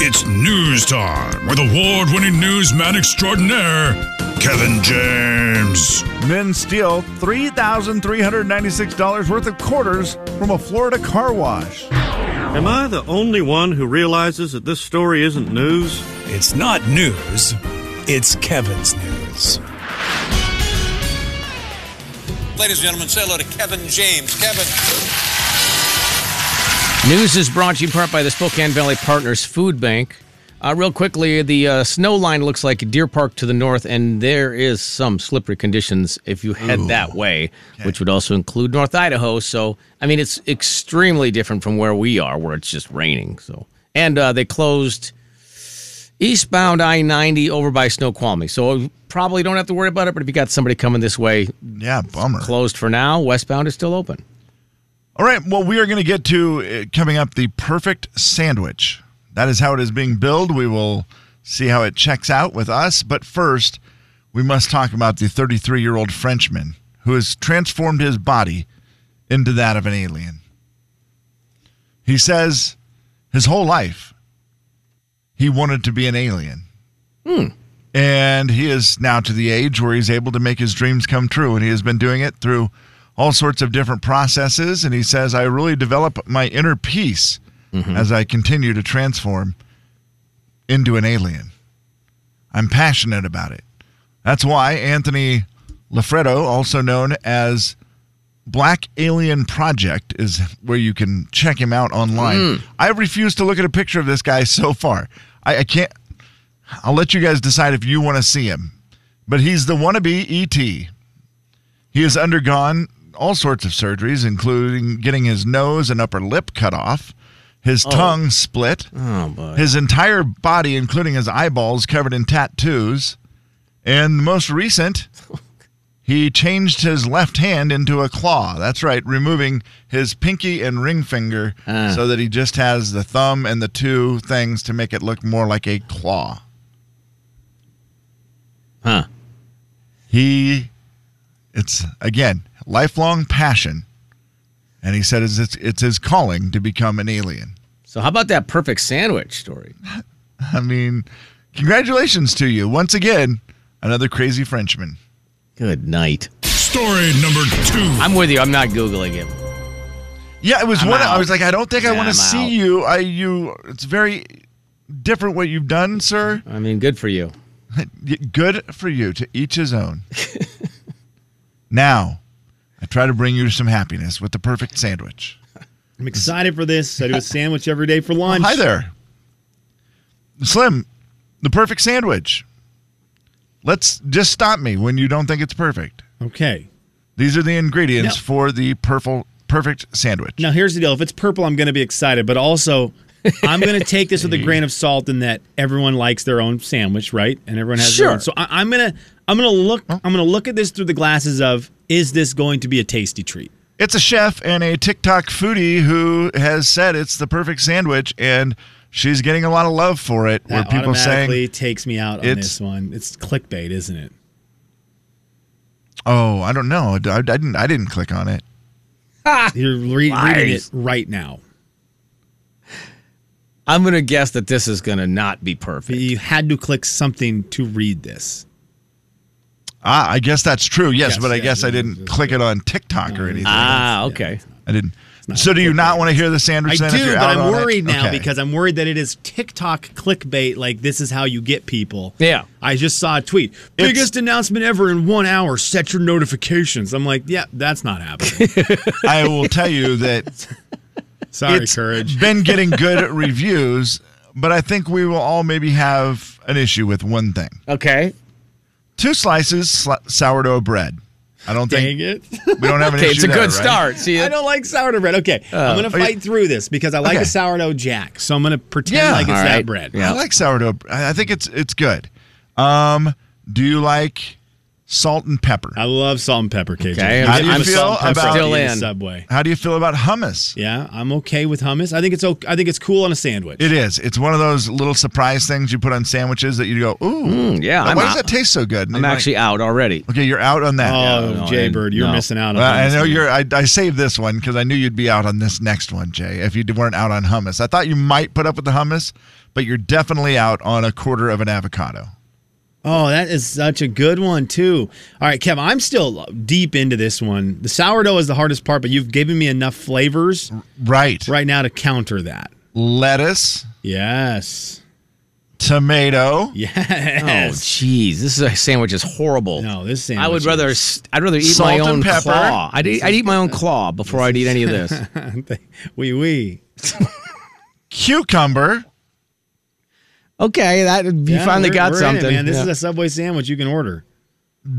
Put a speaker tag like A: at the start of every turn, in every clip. A: It's news time with award winning newsman extraordinaire, Kevin James.
B: Men steal $3,396 worth of quarters from a Florida car wash.
C: Am I the only one who realizes that this story isn't news?
D: It's not news, it's Kevin's news.
E: Ladies and gentlemen, say hello to Kevin James. Kevin.
F: News is brought to you in part by the Spokane Valley Partners Food Bank. Uh, real quickly, the uh, snow line looks like Deer Park to the north, and there is some slippery conditions if you head that way, which would also include North Idaho. So, I mean, it's extremely different from where we are, where it's just raining. So, and uh, they closed eastbound I ninety over by Snoqualmie, so you probably don't have to worry about it. But if you got somebody coming this way,
B: Yeah, bummer.
F: closed for now. Westbound is still open.
B: All right, well, we are going to get to uh, coming up the perfect sandwich. That is how it is being billed. We will see how it checks out with us. But first, we must talk about the 33 year old Frenchman who has transformed his body into that of an alien. He says his whole life he wanted to be an alien. And he is now to the age where he's able to make his dreams come true. And he has been doing it through all sorts of different processes. And he says, I really develop my inner peace as I continue to transform into an alien. I'm passionate about it. That's why Anthony Lafredo, also known as Black Alien Project, is where you can check him out online. I refuse to look at a picture of this guy so far. I, I can't. I'll let you guys decide if you want to see him. But he's the wannabe ET. He has undergone all sorts of surgeries, including getting his nose and upper lip cut off, his tongue split,
F: Oh boy.
B: his entire body, including his eyeballs, covered in tattoos. And the most recent, he changed his left hand into a claw. That's right, removing his pinky and ring finger
F: Ah.
B: so that he just has the thumb and the two things to make it look more like a claw.
F: Huh.
B: he it's again lifelong passion and he said it's, it's, it's his calling to become an alien
F: So how about that perfect sandwich story?
B: i mean congratulations to you once again another crazy frenchman
F: Good night.
A: Story number two.
F: I'm with you. I'm not googling it.
B: yeah it was
F: I'm
B: one i
F: out.
B: was like i don't think i
F: Yeah,
B: want to
F: I'm
B: see
F: out.
B: you i you it's very different what you've done sir
F: I mean, good for you.
B: Y- good for you to each his own now i try to bring you some happiness with the perfect sandwich
G: I'm excited for this. I do a sandwich every day for lunch.
B: Hi there. Slim, the perfect sandwich. Let's just stop me when you don't think it's perfect.
G: Okay.
B: These are the ingredients
G: No.
B: for the purple perfect sandwich.
G: Now here's the deal. If it's purple, I'm going to be excited, but also I'm going to take this with a grain of salt in that everyone likes their own sandwich, right? And everyone has their
F: Sure.
G: own. So I, I'm going to I'm going to look I'm going to look at this through the glasses of is this going to be a tasty treat?
B: It's a chef and a TikTok foodie who has said it's the perfect sandwich and she's getting a lot of love for it where
G: That
B: people
G: automatically
B: saying,
G: takes me out on
B: it's-
G: this one. It's clickbait, isn't it?
B: "Oh, I don't know. I, I didn't I didn't click on it." Ah,
G: You're re- reading it right now.
F: I'm gonna guess that this is gonna not be perfect.
G: You had to click something to read this.
B: Ah, I guess that's true. Yes,
G: Yes,
B: but I
G: yeah,
B: guess I
G: it's-
B: didn't click it on TikTok or anything.
F: Ah, okay.
B: I didn't. So do you not want to hear the sandwich
G: I
B: then if
G: do,
B: you're
G: but
B: out
G: I'm
B: on it?
G: worried now
B: Okay.
G: because I'm worried that it is TikTok clickbait. Like this is how you get people.
F: Yeah.
G: I just saw a tweet. Biggest announcement ever in one hour. Set your notifications. I'm like, yeah, that's not happening.
B: I will tell you that
G: Sorry,
B: it's
G: courage.
B: been getting good reviews, but I think we will all maybe have an issue with one thing:
F: Okay.
B: two slices sl- sourdough bread. I don't
G: Dang
B: think
G: it.
B: we don't have an
F: Okay,
B: issue.
F: it's a
B: there,
F: good
B: right?
F: start. See,
G: I don't like sourdough bread. Okay, I'm gonna
B: you-
G: fight through this because I like
B: Oh. Okay.
G: a sourdough jack. So I'm gonna pretend
B: Yeah.
G: like it's
F: All
G: that
F: right.
G: bread.
F: Yeah.
B: I like sourdough. I I think it's it's good. Um, do you like salt and pepper.
G: I love salt and pepper, KJ.
F: Okay,
B: How do you
G: I'm a
B: feel
G: salt and pepper
B: about-
F: Still
G: kid in
F: in.
G: Subway?
B: How do you feel about hummus?
G: Yeah, I'm okay with hummus. I think it's okay. I think it's cool on a sandwich.
B: It is. It's one of those little surprise things you put on sandwiches that you go, ooh, now
F: yeah, Mm. I'm
B: why does
F: out.
B: that taste so good? And
F: I'm
B: you're like,
F: actually out already.
B: okay. You're out on that.
G: oh,
F: no,
G: Jay
F: and-
G: Bird, you're
F: no.
G: missing out on.
B: Well, I
G: hummus,
B: know
G: man.
B: you're. I, I saved this one because I knew you'd be out on this next one, Jay. If you weren't out on hummus, I thought you might put up with the hummus, but you're definitely out on a quarter of an avocado.
G: Oh, that is such a good one too. All right, Kev, I'm still deep into this one. The sourdough is the hardest part, but you've given me enough flavors
B: Right.
G: right now to counter that.
B: Lettuce,
G: Yes.
B: tomato.
F: Oh,
G: Yes.
F: jeez, this is a sandwich is horrible.
G: No, this sandwich.
F: Oh, I would rather
G: is-
F: s- I'd rather eat
B: Salt
F: my
B: and
F: own
B: pepper.
F: claw. I'd eat, I'd eat my own claw before I'd eat any of this.
G: Wee wee.
B: cucumber.
F: Okay, that you
G: Yeah,
F: finally
G: we're-
F: got
G: we're in it,
F: something.
G: man. This
F: Yeah.
G: is a Subway sandwich you can order.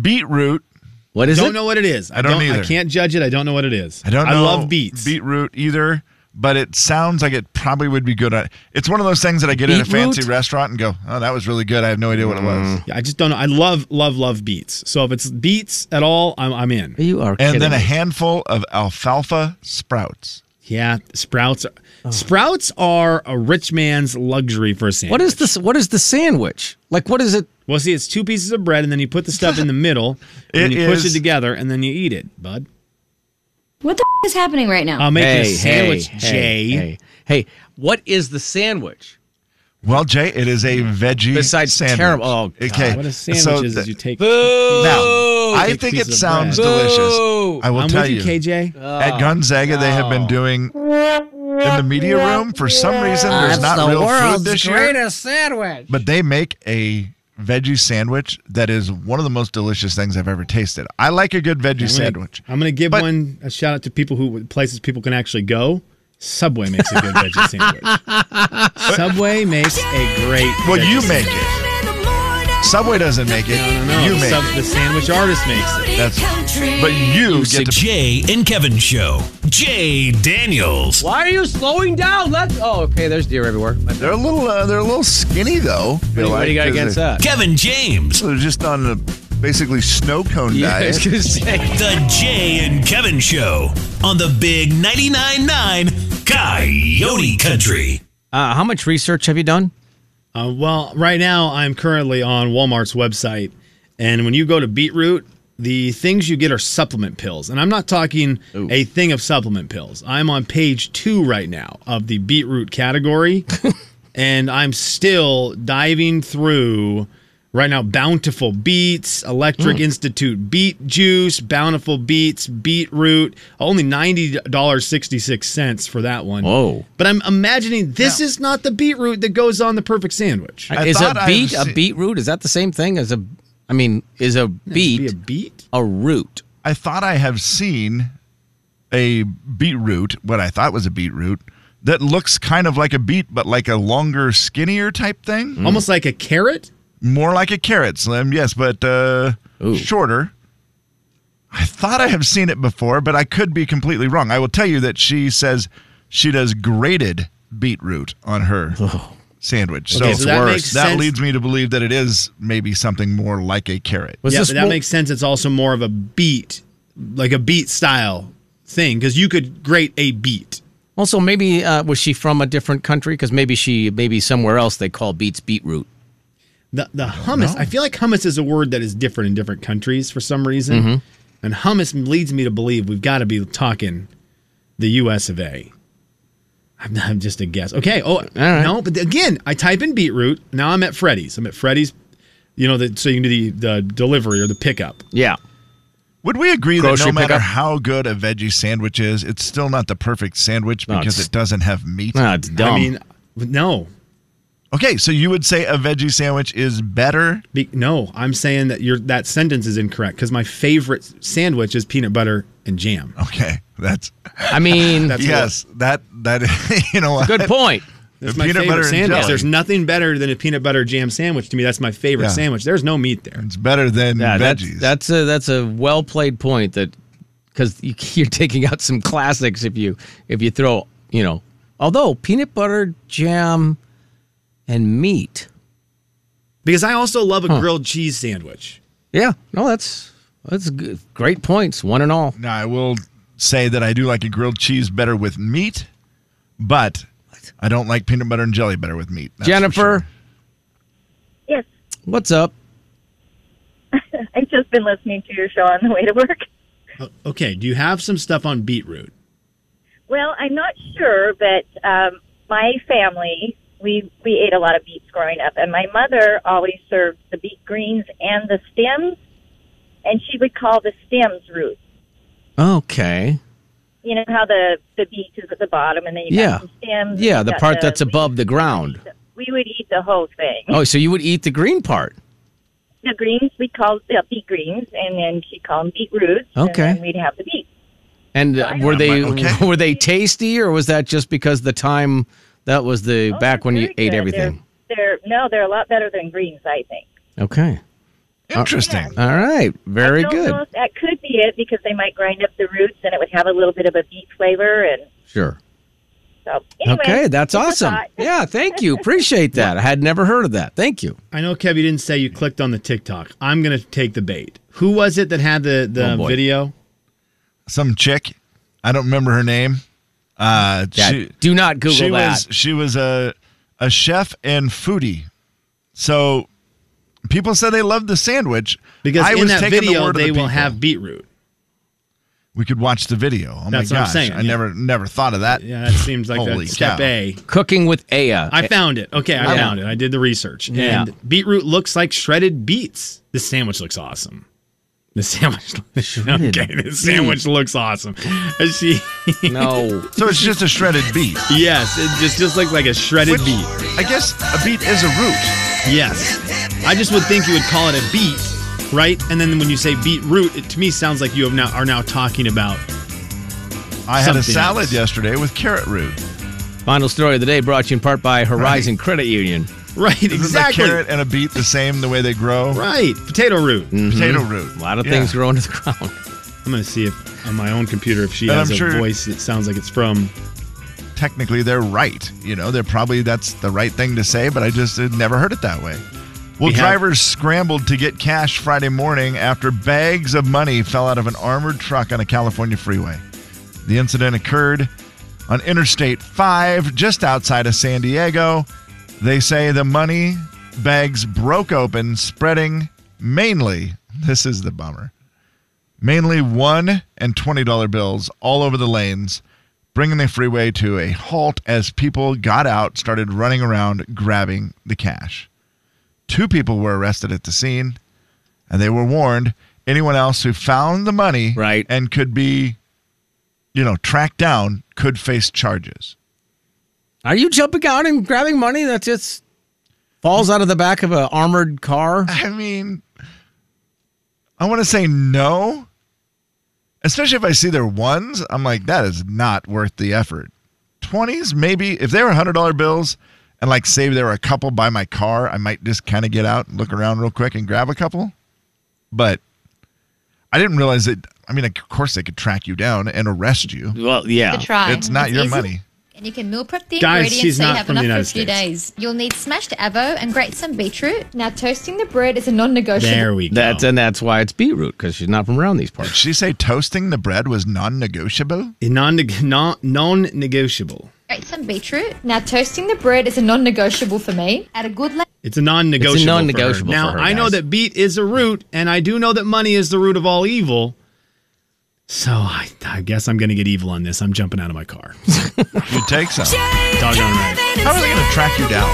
B: beetroot.
F: what is
G: don't
F: it?
G: know what it is. I
B: don't
G: I
B: either.
G: can't judge it. I don't know what it is.
B: I don't know.
G: I love beets.
B: Beetroot either, but it sounds like it probably would be good. At, it's one of those things that I get at a fancy
F: Beetroot?
B: restaurant and go, oh, that was really good. I have no idea what it was.
G: Yeah, I just don't know. I love, love, love beets. So if it's beets at all, I'm, I'm in.
F: You are
B: And
F: kidding.
B: then a
F: me.
B: handful of alfalfa sprouts.
G: Yeah, sprouts. Are, Sprouts are a rich man's luxury for a sandwich.
F: what is this? What is the sandwich? Like what is it?
G: Well, see, it's two pieces of bread, and then you put the stuff in the middle, and
B: It
G: you push
B: is-
G: it together, and then you eat it, bud.
H: What the f- is happening right now?
G: I'll make you a
F: hey,
G: sandwich,
F: hey,
G: Jay.
F: Hey, hey, hey, what is the sandwich?
B: Well, Jay, it is a veggie
F: Besides
B: sandwich.
F: terrible- oh, God.
B: okay.
G: What a sandwich
B: So
G: is,
B: th-
G: is you take.
B: now, I
G: Take
B: think it
G: piece of
B: sounds
G: bread.
B: delicious.
F: Boo. Oh.
B: I will
G: I'm
B: tell Uh,
G: with you, KJ.
B: At Gonzaga, they have been doing in the media room for some reason. There's not real food this year,
F: sandwich.
B: but they make a veggie sandwich that is one of the most delicious things I've ever tasted. I like a good veggie
G: I'm gonna-
B: sandwich.
G: I'm gonna give
B: But-
G: one a shout out to people who places people can actually go. Subway makes a good veggie sandwich. Subway makes a great.
B: Well,
G: veggie
B: you
G: sandwich.
B: make it. Subway doesn't make it.
G: No, no, no.
B: You
G: the,
B: make
G: sub-
B: it.
G: the sandwich artist makes it.
B: That's- But you
D: It's the
B: get to
D: Jay and Kevin show. Jay Daniels.
F: Why are you slowing down? Let's. Oh, okay. There's deer everywhere. What
B: They're a little uh, they're a little skinny though. uh,
F: do you, what do you got against that?
D: Kevin James.
B: They're just on a basically snow cone
F: I was gonna say.
D: The Jay and Kevin show on the big 99.9 Coyote Country.
F: Uh, how much research have you done?
G: Uh, well, right now I'm currently on Walmart's website, and when you go to Beetroot, the things you get are supplement pills, and I'm not talking a thing of supplement pills. I'm on page two right now of the Beetroot category, and I'm still diving through. Right now, Bountiful Beets, Electric Institute Beet Juice, Bountiful Beets, Beetroot, only $90.66 for that one.
F: Whoa.
G: But I'm imagining this is not the beetroot that goes on the perfect sandwich.
B: I
F: is a
B: thought I've
F: beet a
B: seen-
F: beetroot? Is that the same thing as a? I mean, is a
G: Be
F: beet
G: a beet?
F: a root?
B: I thought I have seen a beetroot, what I thought was a beetroot, that looks kind of like a beet, but like a longer, skinnier type thing.
G: Almost like a carrot?
B: More like a carrot, Slim, yes, but uh,
F: Ooh.
B: shorter. I thought I have seen it before, but I could be completely wrong. I will tell you that she says she does grated beetroot on her sandwich.
G: Okay, so that
B: that,
G: makes sense.
B: leads me to believe that it is maybe something more like a carrot.
F: Was
G: yeah,
F: this
G: but that
F: wo-
G: makes sense. It's also more of a beet, like a beet style thing, because you could grate a beet.
F: also maybe uh, was she from a different country? Because maybe she maybe somewhere else they call beets beetroot.
G: The the hummus, I feel like hummus is a word that is different in different countries for some reason.
F: Mm-hmm.
G: And hummus leads me to believe we've got to be talking the US of A. I'm, I'm just a guess. Okay. Oh,
F: right.
G: no. But again, I type in beetroot. Now I'm at Freddy's. I'm at Freddy's, you know, the, so you can do the, the delivery or the pickup.
F: Yeah.
B: Would we agree that
F: Grocery
B: no matter
F: pickup?
B: how good a veggie sandwich is, it's still not the perfect sandwich
F: No,
B: because
F: it's-
B: it doesn't have meat?
F: Ah, it's dumb.
G: I mean, no.
B: Okay, so you would say a veggie sandwich is better?
G: Be, no, I'm saying that your that sentence is incorrect because my favorite sandwich is peanut butter and jam.
B: Okay, that's
F: I mean,
G: That's
B: yes, that that you know what?
F: good point.
G: That's
B: The
G: my
B: peanut
G: favorite
B: butter and
G: sandwich.
B: jelly.
G: There's nothing better than a peanut butter jam sandwich. To me, that's my favorite
B: Yeah.
G: sandwich. There's no meat there.
B: It's better than
F: Yeah,
B: veggies.
F: That's, that's a that's a well played point that because you, you're taking out some classics if you if you throw you know although peanut butter jam and meat
G: Because I also love a grilled cheese sandwich.
F: Yeah, no, that's that's good. great points, one and all.
B: Now, I will say that I do like a grilled cheese better with meat, but I don't like peanut butter and jelly better with meat. that's for
F: Jennifer,
B: sure.
I: Yes,
F: what's up?
I: I've just been listening to your show on the way to work.
G: O- Okay, do you have some stuff on beetroot?
I: Well, I'm not sure, but um, my family we we ate a lot of beets growing up, and my mother always served the beet greens and the stems, and she would call the stems roots.
F: Okay,
I: You know how the the beet is at the bottom, and then you
F: Yeah.
I: got some stems.
F: yeah,
I: you
F: the
I: got
F: part that's above the ground.
I: We would eat the whole thing.
F: Oh, so you would eat the green part?
I: The greens we called the beet greens, and then she called them beet roots.
F: Okay.
I: and then we'd have the beets.
F: And uh, were they
B: okay.
F: were they tasty, or was that just because the time that was the
I: Oh,
F: back when you
I: they're
F: ate
I: good.
F: everything?
I: They're, they're no, they're a lot better than greens, I think.
F: Okay,
B: Interesting.
F: all right, very
I: Don't
F: good.
I: know if that could be it because they might grind up the roots and it would have a little bit of a beet flavor. And
F: Sure.
I: so, anyway,
F: Okay, that's
I: just a
F: awesome.
I: thought.
F: Yeah, thank you. Appreciate that. I had never heard of that. Thank you.
G: I know, Kev, you didn't say you clicked on the TikTok. I'm going to take the bait. Who was it that had the, the
F: Oh, boy.
G: video?
B: Some chick, I don't remember her name. Uh,
F: That-
B: she,
F: do not Google
B: she was
F: that.
B: she was a a chef and foodie. So people said they loved the sandwich
G: Because
B: I
G: in
B: was
G: that
B: taking the
G: video,
B: word of the
G: they will
B: people.
G: have beetroot.
B: We could watch the video. Oh
G: That's
B: my
G: what I'm
B: gosh!
G: saying,
B: I
G: yeah.
B: never never thought of that.
G: Yeah, that seems like
B: Holy
G: that's step
B: cow.
G: A.
F: Cooking with Aya.
G: I found it. Okay, I
F: Eh, Yeah.
G: found it. I did the research.
F: Yeah.
G: And beetroot looks like shredded beets. This sandwich looks awesome. The sandwich. okay, this sandwich looks awesome. And She,
F: no.
B: So it's just a shredded beet.
G: yes, it just just looks like a shredded
B: Which-
G: beet.
B: I guess a beet is a root.
G: Yes, I just would think you would call it a beet, right? And then when you say beetroot, it to me sounds like you have now are now talking about.
B: I had a
G: Something
B: salad
G: else.
B: yesterday with carrot root.
F: Final story of the day brought to you in part by Horizon Credit Union.
G: Right,
B: Isn't
G: exactly.
B: a carrot and a beet the same the way they grow?
G: Right, Mm-hmm. potato root.
F: Mm.
B: Potato root.
F: A lot of
B: Yeah.
F: things grow into the ground.
G: I'm gonna see if on my own computer if she
B: And
G: has
B: I'm
G: a
B: sure-
G: voice that sounds like it's from.
B: Technically, they're right. You know, they're probably that's the right thing to say, but I just had never heard it that way. Well,
G: We have-
B: drivers scrambled to get cash Friday morning after bags of money fell out of an armored truck on a California freeway. The incident occurred on Interstate 5, just outside of San Diego. They say the money bags broke open, spreading mainly, this is the bummer, mainly one and $20 bills all over the lanes, bringing the freeway to a halt as people got out, started running around grabbing the cash. Two people were arrested at the scene, and they were warned anyone else who found the money
F: Right.
B: and could be, you know, tracked down could face charges.
F: Are you jumping out and grabbing money that just falls out of the back of an armored car?
B: I mean, I want to say no, especially if I see their ones. I'm like, that is not worth the effort. 20s, maybe. If they were $100 bills and like say there were a couple by my car, I might just kind of get out and look around real quick and grab a couple. But I didn't realize that. I mean, of course, they could track you down and arrest you.
F: Well, yeah.
J: Good try.
B: It's not your
J: easy,
B: money.
J: And you can meal prep the
G: Guys, she's
J: ingredients so
G: not
J: you have
G: from the
J: enough for a
G: United
J: few
G: States.
J: days. You'll need smashed avo and grate some beetroot. Now, toasting the bread is a non negotiable.
G: There we go.
F: That's and that's why it's beetroot because she's not from around these
B: Did
F: parts.
B: she say toasting the bread was non negotiable?
G: non non-negotiable.
J: Grate some beetroot. Now, toasting the bread is a non negotiable for me. Add a good layer
G: It's a non-negotiable.
F: It's a
G: for her.
F: non-negotiable
G: Now
F: for her,
G: I know
F: guys.
G: that beet is a root, and I do know that money is the root of all evil. So I, I guess I'm gonna get evil on this. I'm jumping out of my car.
B: You take some.
G: Doggone right.
B: How are they going to track you down?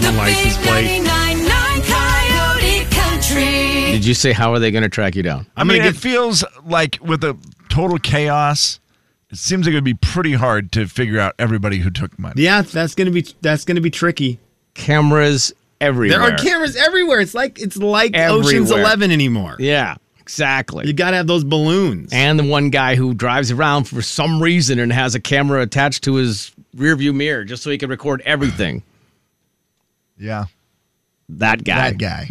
G: The license plate.
F: Did you say how are they going to track you down?
B: I mean, it feels like with the total chaos, it seems like it would be pretty hard to figure out everybody who took money.
G: Yeah, that's gonna be that's gonna be tricky.
F: Cameras everywhere.
G: There are cameras everywhere. It's like it's like Ocean's
F: Everywhere.
G: Eleven anymore.
F: Yeah,
G: You
F: exactly.
G: gotta have those balloons.
F: And the one guy who drives around for some reason and has a camera attached to his rearview mirror just so he can record everything.
B: Yeah,
F: That guy.
B: that guy.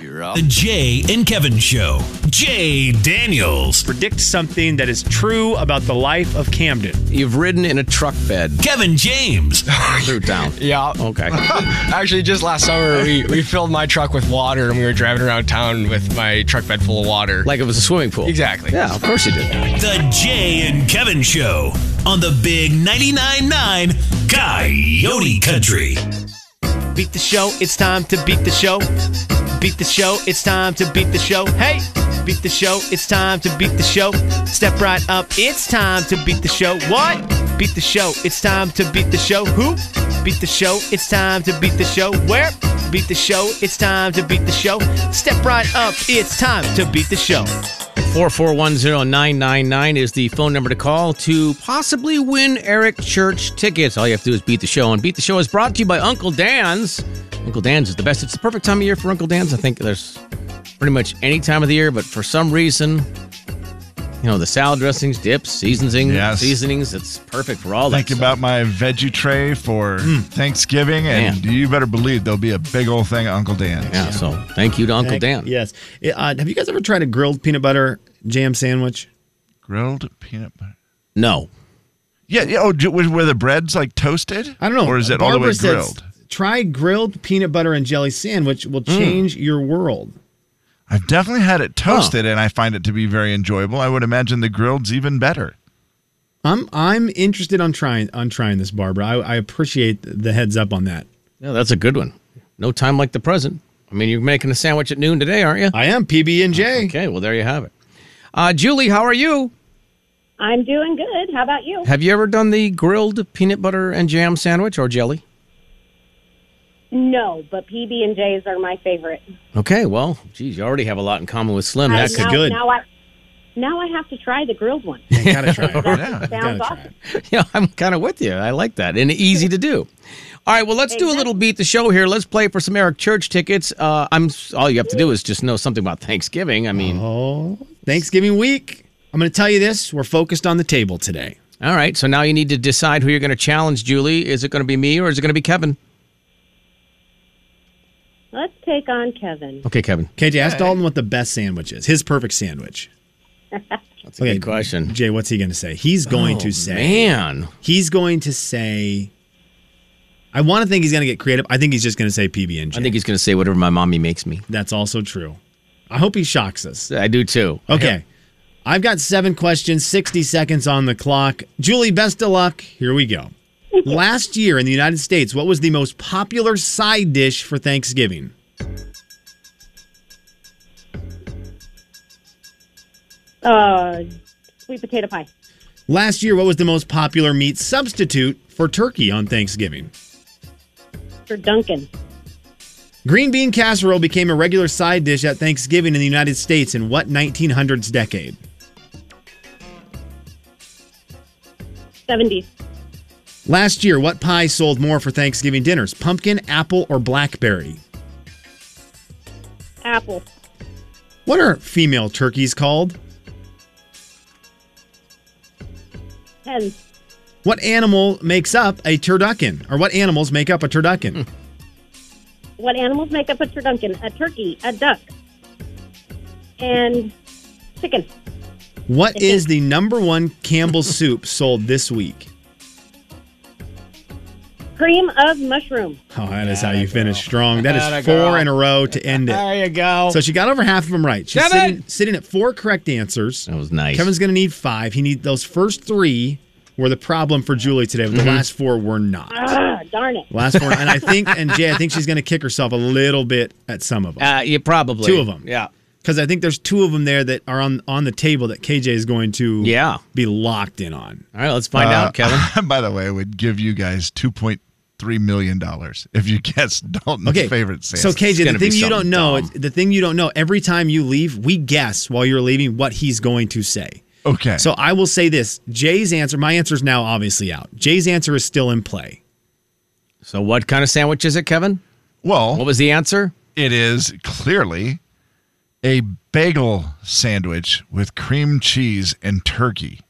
K: You're up.
D: The Jay and Kevin Show. Jay Daniels.
G: Predict something that is true about the life of Camden.
F: You've ridden in a truck bed.
D: Kevin James.
F: Through town.
L: Yeah.
F: Okay.
L: Actually, just last summer, we, we filled my truck with water and we were driving around town with my truck bed full of water.
F: Like it was a swimming pool.
L: Exactly.
F: Yeah, of course you did.
D: The Jay and Kevin Show on the Big 99.9 9 Coyote Country.
M: Beat the show, it's time to beat the show. Beat the show, it's time to beat the show. Hey! Beat the show, it's time to beat the show. Step right up, it's time to beat the show. What? Beat the show, it's time to beat the show. Who? Beat the show, it's time to beat the show. Where? Beat the show, it's time to beat the show. Step right up, it's time to beat the show.
F: 4410999 is the phone number to call to possibly win Eric Church tickets. All you have to do is beat the show. And Beat the Show is brought to you by Uncle Dan's. Uncle Dan's is the best. It's the perfect time of year for Uncle Dan's. I think there's pretty much any time of the year, but for some reason, you know, the salad dressings, dips, seasonings,
B: Yes.
F: seasonings, it's perfect for all
B: Think
F: that.
B: about my veggie tray for Thanksgiving, and you better believe there'll be a big old thing at Uncle Dan's.
F: Yeah, so thank you to Uncle
G: Heck,
F: Dan.
G: Yes. Yeah, uh, have you guys ever tried a grilled peanut butter jam sandwich?
B: Grilled peanut butter.
F: No.
B: Yeah, yeah. Oh, do- were were the breads like toasted? I don't know. Or is it all the way
G: Barbara says,
B: grilled? Mm.
G: Try grilled peanut butter and jelly sandwich will change your world.
B: I've definitely had it toasted, and I find it to be very enjoyable. I would imagine the grilled's even better.
G: I'm I'm interested on trying on trying this, Barbara. I, I appreciate the heads up on that.
F: Yeah, that's a good one. No time like the present. I mean, you're making a sandwich at noon today, aren't you?
G: I am PB and J.
F: Okay, well there you have it. Uh, Julie, how are you?
N: I'm doing good. How about you?
F: Have you ever done the grilled peanut butter and jam sandwich or jelly?
N: No, but PB and J's are my favorite.
F: Okay, well, geez, you already have a lot in common with Slim.
N: I-
F: Oh, That's
N: now, Now I, now I have to try the grilled one.
F: yeah,
N: Sounds awesome.
F: I'm kind of with you. I like that, and easy to do. All right, well, let's do a little beat the show here. Let's play for some Eric Church tickets. Uh, I'm all you have to do is just know something about Thanksgiving. I mean,
G: oh, Thanksgiving week. I'm going to tell you this. We're focused on the table today.
F: all right. So now you need to decide who you're going to challenge, Julie. Is it going to be me or is it going to be Kevin?
N: Let's take on Kevin.
F: Okay, Kevin.
G: KJ, ask Dalton what the best sandwich is. His perfect sandwich. That's
F: a good question.
G: Jay, what's he going to say? He's going
F: Oh,
G: to say.
F: man.
G: He's going to say. I want to think he's going to get creative. I think he's just going to say PB and J.
F: I think he's going to say whatever my mommy makes me.
G: That's also true. I hope he shocks us.
F: I do too.
G: Okay. I've got seven questions, 60 seconds on the clock. Julie, best of luck. Here we go. Last year in the United States, what was the most popular side dish for Thanksgiving?
N: Uh, sweet potato pie.
G: Last year, what was the most popular meat substitute for turkey on Thanksgiving?
N: Mr. Duncan.
G: Green bean casserole became a regular side dish at Thanksgiving in the United States in what 1900s decade?
N: 70s.
G: Last year, what pie sold more for Thanksgiving dinners? Pumpkin, apple, or blackberry?
N: Apple.
G: What are female turkeys called?
N: Hens.
G: What animal makes up a turducken? Or what animals make up a turducken?
N: What animals make up a turducken? A turkey, a duck, and chicken.
G: What is the number one Campbell's soup sold this week?
N: Cream of mushroom.
G: Oh, that is how you finish strong. That is
N: Atta
G: four
N: girl.
G: in a row to end it.
F: you go.
G: So she got over half of them right. She's
F: Kevin!
G: sitting, sitting at four correct answers. That
F: was nice.
G: Kevin's going to need five. He need those first three were the problem for Julie today, but the last four were not.
N: Ah, darn it.
G: Last four, and I think, and Jay, I think she's going to kick herself a little bit at some of them.
F: Uh, yeah, probably
G: Two of 'em.
F: Yeah.
G: because I think there's two of them there that are on on the table that KJ is going to
F: Yeah.
G: be locked in on.
F: All right, let's find
B: Uh,
F: out, Kevin.
B: by the way, I would give you guys two point three million dollars if you guess Dalton's
G: Okay,
B: favorite
G: so
B: sandwich.
G: KJ, the thing you don't know,
F: dumb.
G: it's- the thing you don't know, every time you leave, we guess while you're leaving what he's going to say.
B: Okay.
G: So I will say this: Jay's answer, my answer is now obviously out. Jay's answer is still in play.
F: So, what kind of sandwich is it, Kevin?
B: Well,
F: What was the answer?
B: it is clearly a bagel sandwich with cream cheese and turkey.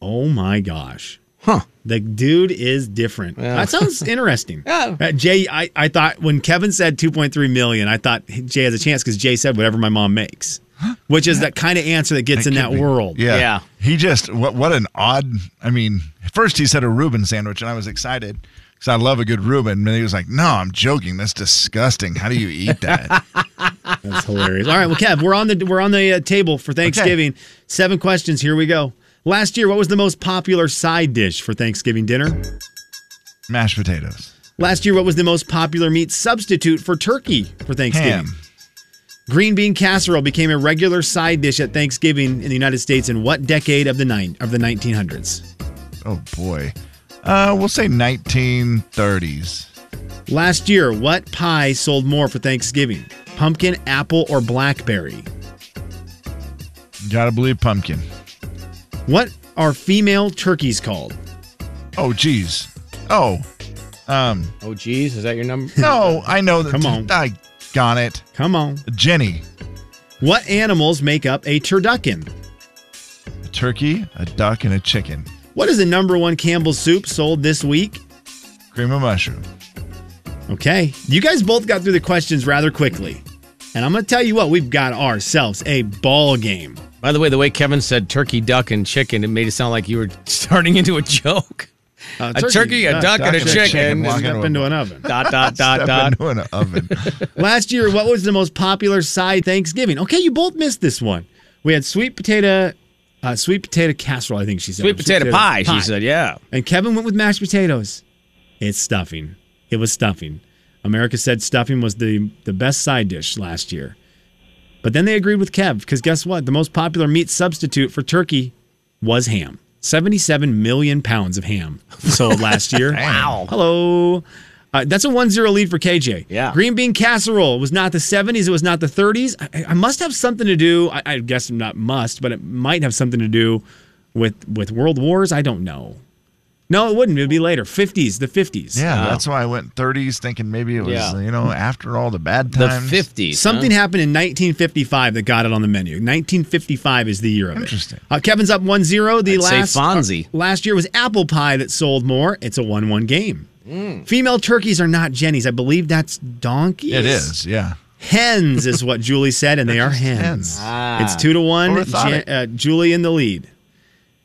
G: Oh my gosh!
F: Huh.
G: The dude is different. That sounds interesting.
F: Yeah.
G: Uh, Jay, I, I thought when Kevin said 2.3 million, I thought Jay has a chance because Jay said whatever my mom makes, which is that kind of answer that gets in that world.
B: Yeah. He just what what an odd. I mean, first he said a Reuben sandwich, and I was excited because I love a good Reuben. And then he was like, "No, I'm joking. That's disgusting. How do you eat that?"
G: That's hilarious. All right, well, Kev, we're on the we're on the uh, table for Thanksgiving. Seven questions. Here we go. Last year, what was the most popular side dish for Thanksgiving dinner?
B: Mashed potatoes.
G: Last year, what was the most popular meat substitute for turkey for Thanksgiving?
B: Ham.
G: Green bean casserole became a regular side dish at Thanksgiving in the United States in what decade of the nine of the 1900s?
B: Oh boy, uh, we'll say 1930s.
G: Last year, what pie sold more for Thanksgiving? Pumpkin, apple, or blackberry?
B: Gotta believe pumpkin.
G: What are female turkeys called?
B: Oh geez. Oh. Um.
F: Oh geez, is that your number?
B: No, I know that.
G: Come on.
B: I got it.
G: Come on.
B: Jenny,
G: What animals make up a turducken?
B: a turkey, a duck, and a chicken.
G: What is the number one Campbell's soup sold this week?
B: Cream of mushroom.
G: Okay. You guys both got through the questions rather quickly. And I'm going to tell you what, we've got ourselves a ball game.
F: By the way, the way Kevin said turkey, duck, and chicken, it made it sound like you were starting into a joke. a turkey, a duck, and a chicken.
B: walk
G: Step
B: into
G: into an oven.
F: Dot dot dot
B: Step
F: dot.
B: into an oven.
G: Last year, what was the most popular side Thanksgiving? Okay, you both missed this one. We had sweet potato, uh, sweet potato casserole. I think she said
F: Sweet potato pie, she said, yeah.
G: And Kevin went with mashed potatoes. It's stuffing. It was stuffing. America said stuffing was the the best side dish last year. But then they agreed with Kev because guess what? The most popular meat substitute for turkey was ham. 77 million pounds of ham sold last year.
F: Wow.
G: Hello. Uh, that's a 1 0 lead for KJ. Yeah. Green bean casserole was not the 70s. It was not the 30s. I, I must have something to do. I, I guess not must, but it might have something to do with with world wars. I don't know. No, it wouldn't. It would be later. 50s, the 50s.
B: Yeah, that's why I went 30s, thinking maybe it was
G: Yeah.
B: you know after all the bad times.
G: Something happened in 1955 that got it on the menu. 1955 is the year of
B: Interesting.
G: it. Uh, Kevin's up 1 0. The
F: I'd say
G: last,
F: Fonzie.
G: uh, last year was apple pie that sold more. It's a 1 1 game.
F: Mm.
G: Female turkeys are not jennies. I believe that's donkeys.
B: It is, yeah.
G: Hens is what Julie said, and they are hens.
B: Ah.
G: It's two to one.
B: Overthought
G: Jan-
B: it.
G: uh, Julie in the lead.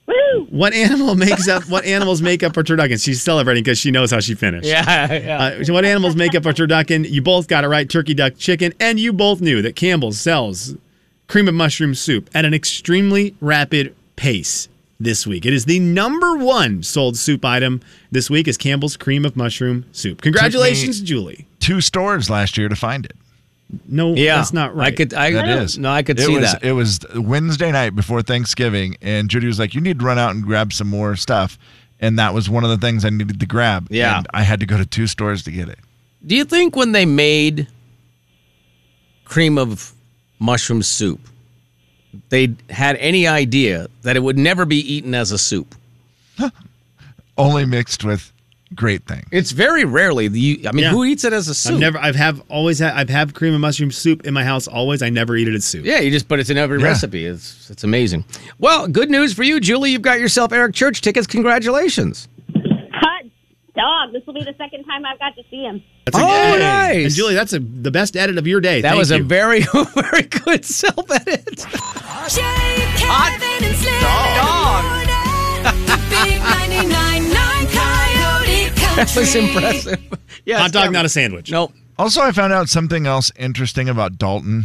G: Woo! What animal makes up? What animals make up a turducken? She's celebrating because she knows how she finished.
F: Yeah, yeah.
G: Uh, so what animals make up a turducken? You both got it right. Turkey, duck, chicken, and you both knew that Campbell's sells cream of mushroom soup at an extremely rapid pace this week. It is the number one sold soup item this week. Is Campbell's cream of mushroom soup? Congratulations,
B: Took me
G: Julie.
B: Two stores last year to find it.
G: No,
F: Yeah.
G: that's not right.
F: I could- I-
B: That
F: I don't-
B: is.
F: no, I could
B: it
F: see
B: was,
F: that.
B: It was Wednesday night before Thanksgiving, and Judy was like, "You need to run out and grab some more stuff," and that was one of the things I needed to grab.
F: Yeah.
B: and I had to go to two stores to get it.
F: Do you think when they made cream of mushroom soup, they had any idea that it would never be eaten as a soup?
B: Only mixed with great thing.
F: It's very rarely. The, you, I mean,
G: Yeah.
F: who eats it as a soup?
G: I've never, I've have always had, I've had cream and mushroom soup in my house. Always, I never eat it as soup.
F: Yeah, you just put it in every
G: Yeah.
F: recipe. It's it's amazing. Well, good news for you, Julie. You've got yourself Eric Church tickets. Congratulations.
N: Hot dog. This will be the second time I've got to see him.
F: oh,
G: Hey,
F: nice.
G: And Julie, that's a, the best edit of your day.
F: that
G: Thank
F: was a
G: you.
F: very very good self edit.
K: Hot and Slim dog.
F: That was impressive. Yeah,
G: hot dog, not a sandwich.
F: Nope.
B: Also, I found out something else interesting about Dalton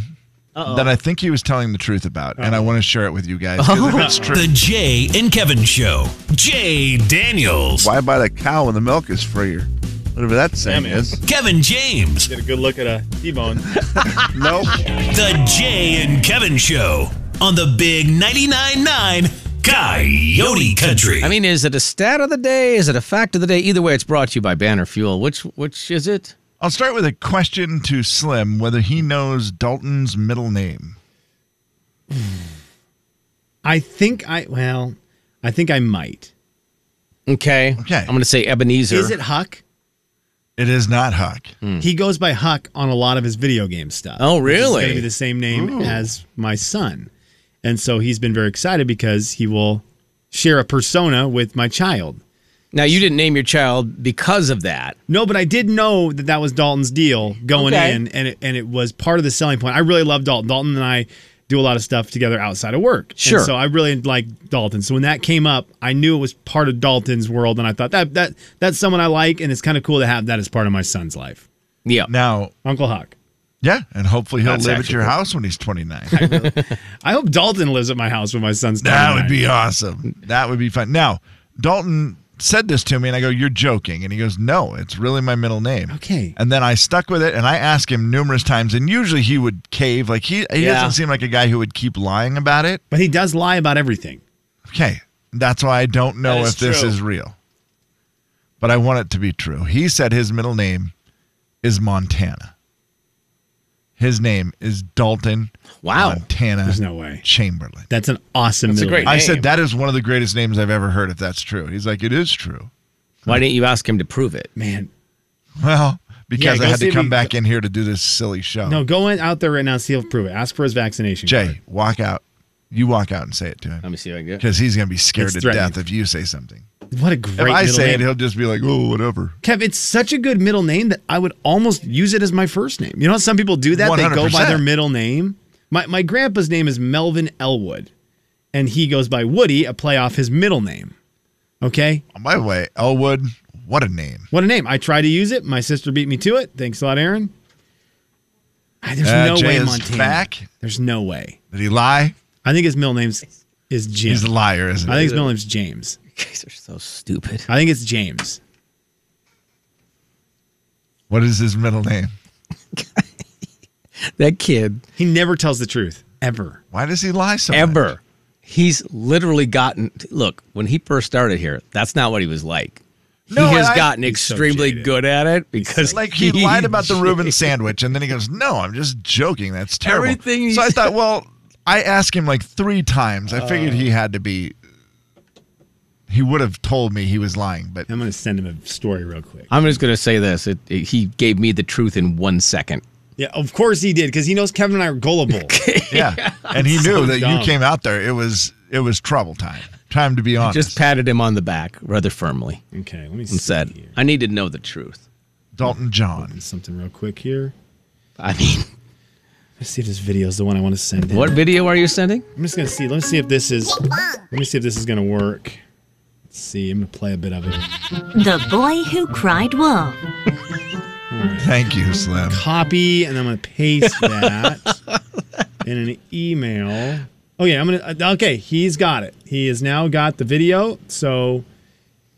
B: that I think he was telling the truth about, and I want to share it with you guys.
F: Oh.
B: 'cause if it's true.
D: The Jay and Kevin Show. Jay Daniels.
O: Why buy the cow when the milk is freer? Whatever that saying is.
D: Kevin James.
G: Get a good look at a T-bone.
O: nope.
D: The Jay and Kevin Show on the Big 99.9 9 Coyote Country.
F: I mean, is it a stat of the day? Is it a fact of the day? Either way, it's brought to you by Banner Fuel. Which which is it?
B: I'll start with a question to Slim whether he knows Dalton's middle name.
G: I think I well, I think I might.
F: Okay. Okay. I'm going to say Ebenezer.
G: Is it Huck?
B: It is not Huck.
F: Hmm.
G: He goes by Huck on a lot of his video game stuff.
F: Oh,
G: It's
F: really?
G: going to be the same name
F: Ooh.
G: as my son, and so he's been very excited because he will share a persona with my child.
F: Now you didn't name your child because of that.
G: No, but I did know that that was Dalton's deal going
F: Okay.
G: in, and it, and it was part of the selling point. I really love Dalton. Dalton and I do a lot of stuff together outside of work. And
F: Sure.
G: so I really like Dalton. So when that came up, I knew it was part of Dalton's world, and I thought that that that's someone I like, and it's kind of cool to have that as part of my son's life.
F: Yeah.
B: Now,
G: Uncle Hawk.
B: Yeah, and hopefully he'll
G: That's
B: live at
G: actually
B: your
G: cool.
B: house when he's 29.
G: I hope Dalton lives at my house when my son's.
B: That would
G: 29.
B: be awesome. That would be fun. Now, Dalton said this to me, and I go, You're joking. And he goes, No, it's really my middle name.
G: Okay.
B: And then I stuck with it, and I asked him numerous times, and usually he would cave. Like, he, he
G: Yeah.
B: doesn't seem like a guy who would keep lying about it.
G: But he does lie about everything.
B: Okay. That's why I don't know
G: That is
B: if this
G: true.
B: is real, but I want it to be true. He said his middle name is Montana. His name is Dalton.
F: Wow.
B: Montana.
G: There's no way.
B: Chamberlain.
G: That's an awesome.
F: That's a
G: middle
F: great
G: name.
B: I
F: name.
B: said that is one of the greatest names I've ever heard. If that's true, he's like, it is true.
F: Why didn't you ask him to prove it?
G: Man,
B: Well, because
G: Yeah,
B: I
G: go
B: had
G: see
B: to
G: if
B: come
G: he-
B: back in here to do this silly show.
G: No, go in out there right now. and See if he'll prove it. Ask for his vaccination.
B: Jay,
G: card.
B: walk out. You walk out and say it to him
F: Let me see if I can get.
B: because he's gonna be scared
G: It's
B: to
G: threatening.
B: death if you say something.
G: what a great.
B: if I
G: middle
B: say
G: name.
B: it, he'll just be like, oh, whatever.
G: Kev, it's such a good middle name that I would almost use it as my first name. You know, how some people do that; they go by
B: 100%.
G: their middle name. My my grandpa's name is Melvin Elwood, and he goes by Woody, a play off his middle name. Okay,
B: Oh, By the way, Elwood, what a name.
G: what a name! I tried to use it. My sister beat me to it. Thanks a lot, Aaron. Ah, There's
B: Uh,
G: no
B: Jay
G: way
B: is
G: Montana.
B: back.
G: There's no way.
B: Did he lie?
G: I think his middle name's is Jim.
B: He's a liar, isn't
G: I
B: he?
G: think his middle name's James.
F: You guys are so stupid.
G: I think it's James.
B: What is his middle name?
F: That kid
G: He never tells the truth ever.
B: Why does he lie so much?
F: ever. He's literally gotten. Look, when he first started here, that's not what he was like.
B: No,
F: he has
B: I-
F: gotten
B: He's
G: so
F: extremely
G: jaded.
F: good at it because
B: Like he lied about the Reuben sandwich, and then he goes, "No, I'm just joking. That's terrible."
F: Everything he-
B: so I thought, well, I asked him like three times. I figured
F: Uh.
B: he had to be. He would have told me he was lying, but
G: I'm gonna send him a story real quick.
F: I'm just going to say this. It, it- he gave me the truth in one second.
G: Yeah, of course he did, because he knows Kevin and I are gullible.
B: yeah, and he knew
G: So
B: that
G: dumb.
B: you came out there. It was it was trouble time. Time to be honest.
F: Just patted him on the back rather firmly
G: okay, let me see
F: and said,
G: here.
F: I need to know the truth.
B: Dalton John.
G: something real quick here.
F: I mean,
G: Let's see if this video is the one I want to send him.
F: what video are you sending?
G: I'm just gonna see. Let me see if this is. Let me see if this is gonna work. Let's see. I'm gonna play a bit of it.
P: The boy who cried wolf.
B: Thank you, Slim.
G: Copy, and I'm gonna paste that in an email. Oh yeah, I'm gonna. Okay, he's got it. He has now got the video, so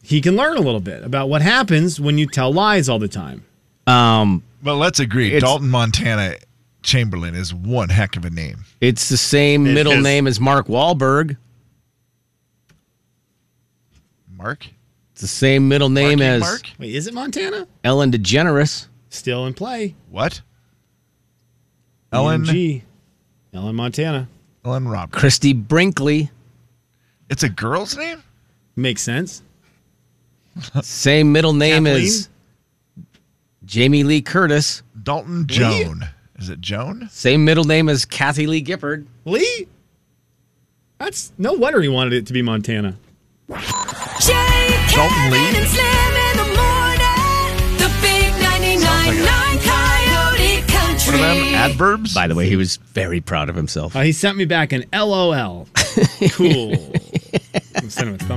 G: he can learn a little bit about what happens when you tell lies all the time.
F: Um,
B: Well, let's agree.
F: It's-
B: Dalton Montana Chamberlain is one heck of a name.
F: it's the same
G: It
F: middle
G: is.
F: name as Mark Wahlberg.
B: Mark.
F: It's the same middle name
B: Marky
F: as
B: Mark.
G: Wait, is it Montana?
F: Ellen DeGeneres.
G: Still in play.
B: What? Ellen
G: G. Ellen Montana.
B: Ellen Roberts.
F: Christy Brinkley.
B: It's a girl's name.
G: Makes sense.
F: Same middle name as Jamie Lee Curtis.
B: Dalton Joan. Is it Joan?
F: Same middle name as Kathy Lee Gifford.
G: Lee? That's no wonder he wanted it to be Montana.
K: Jay,
B: Dalton
K: Kevin,
B: Lee?
K: and Slim in the morning. The big 99.9 Coyote
B: One
K: Country.
B: of them adverbs.
F: By the way, he was very proud of himself.
G: Uh, he sent me back an LOL. Cool. I'm sending him a thumbs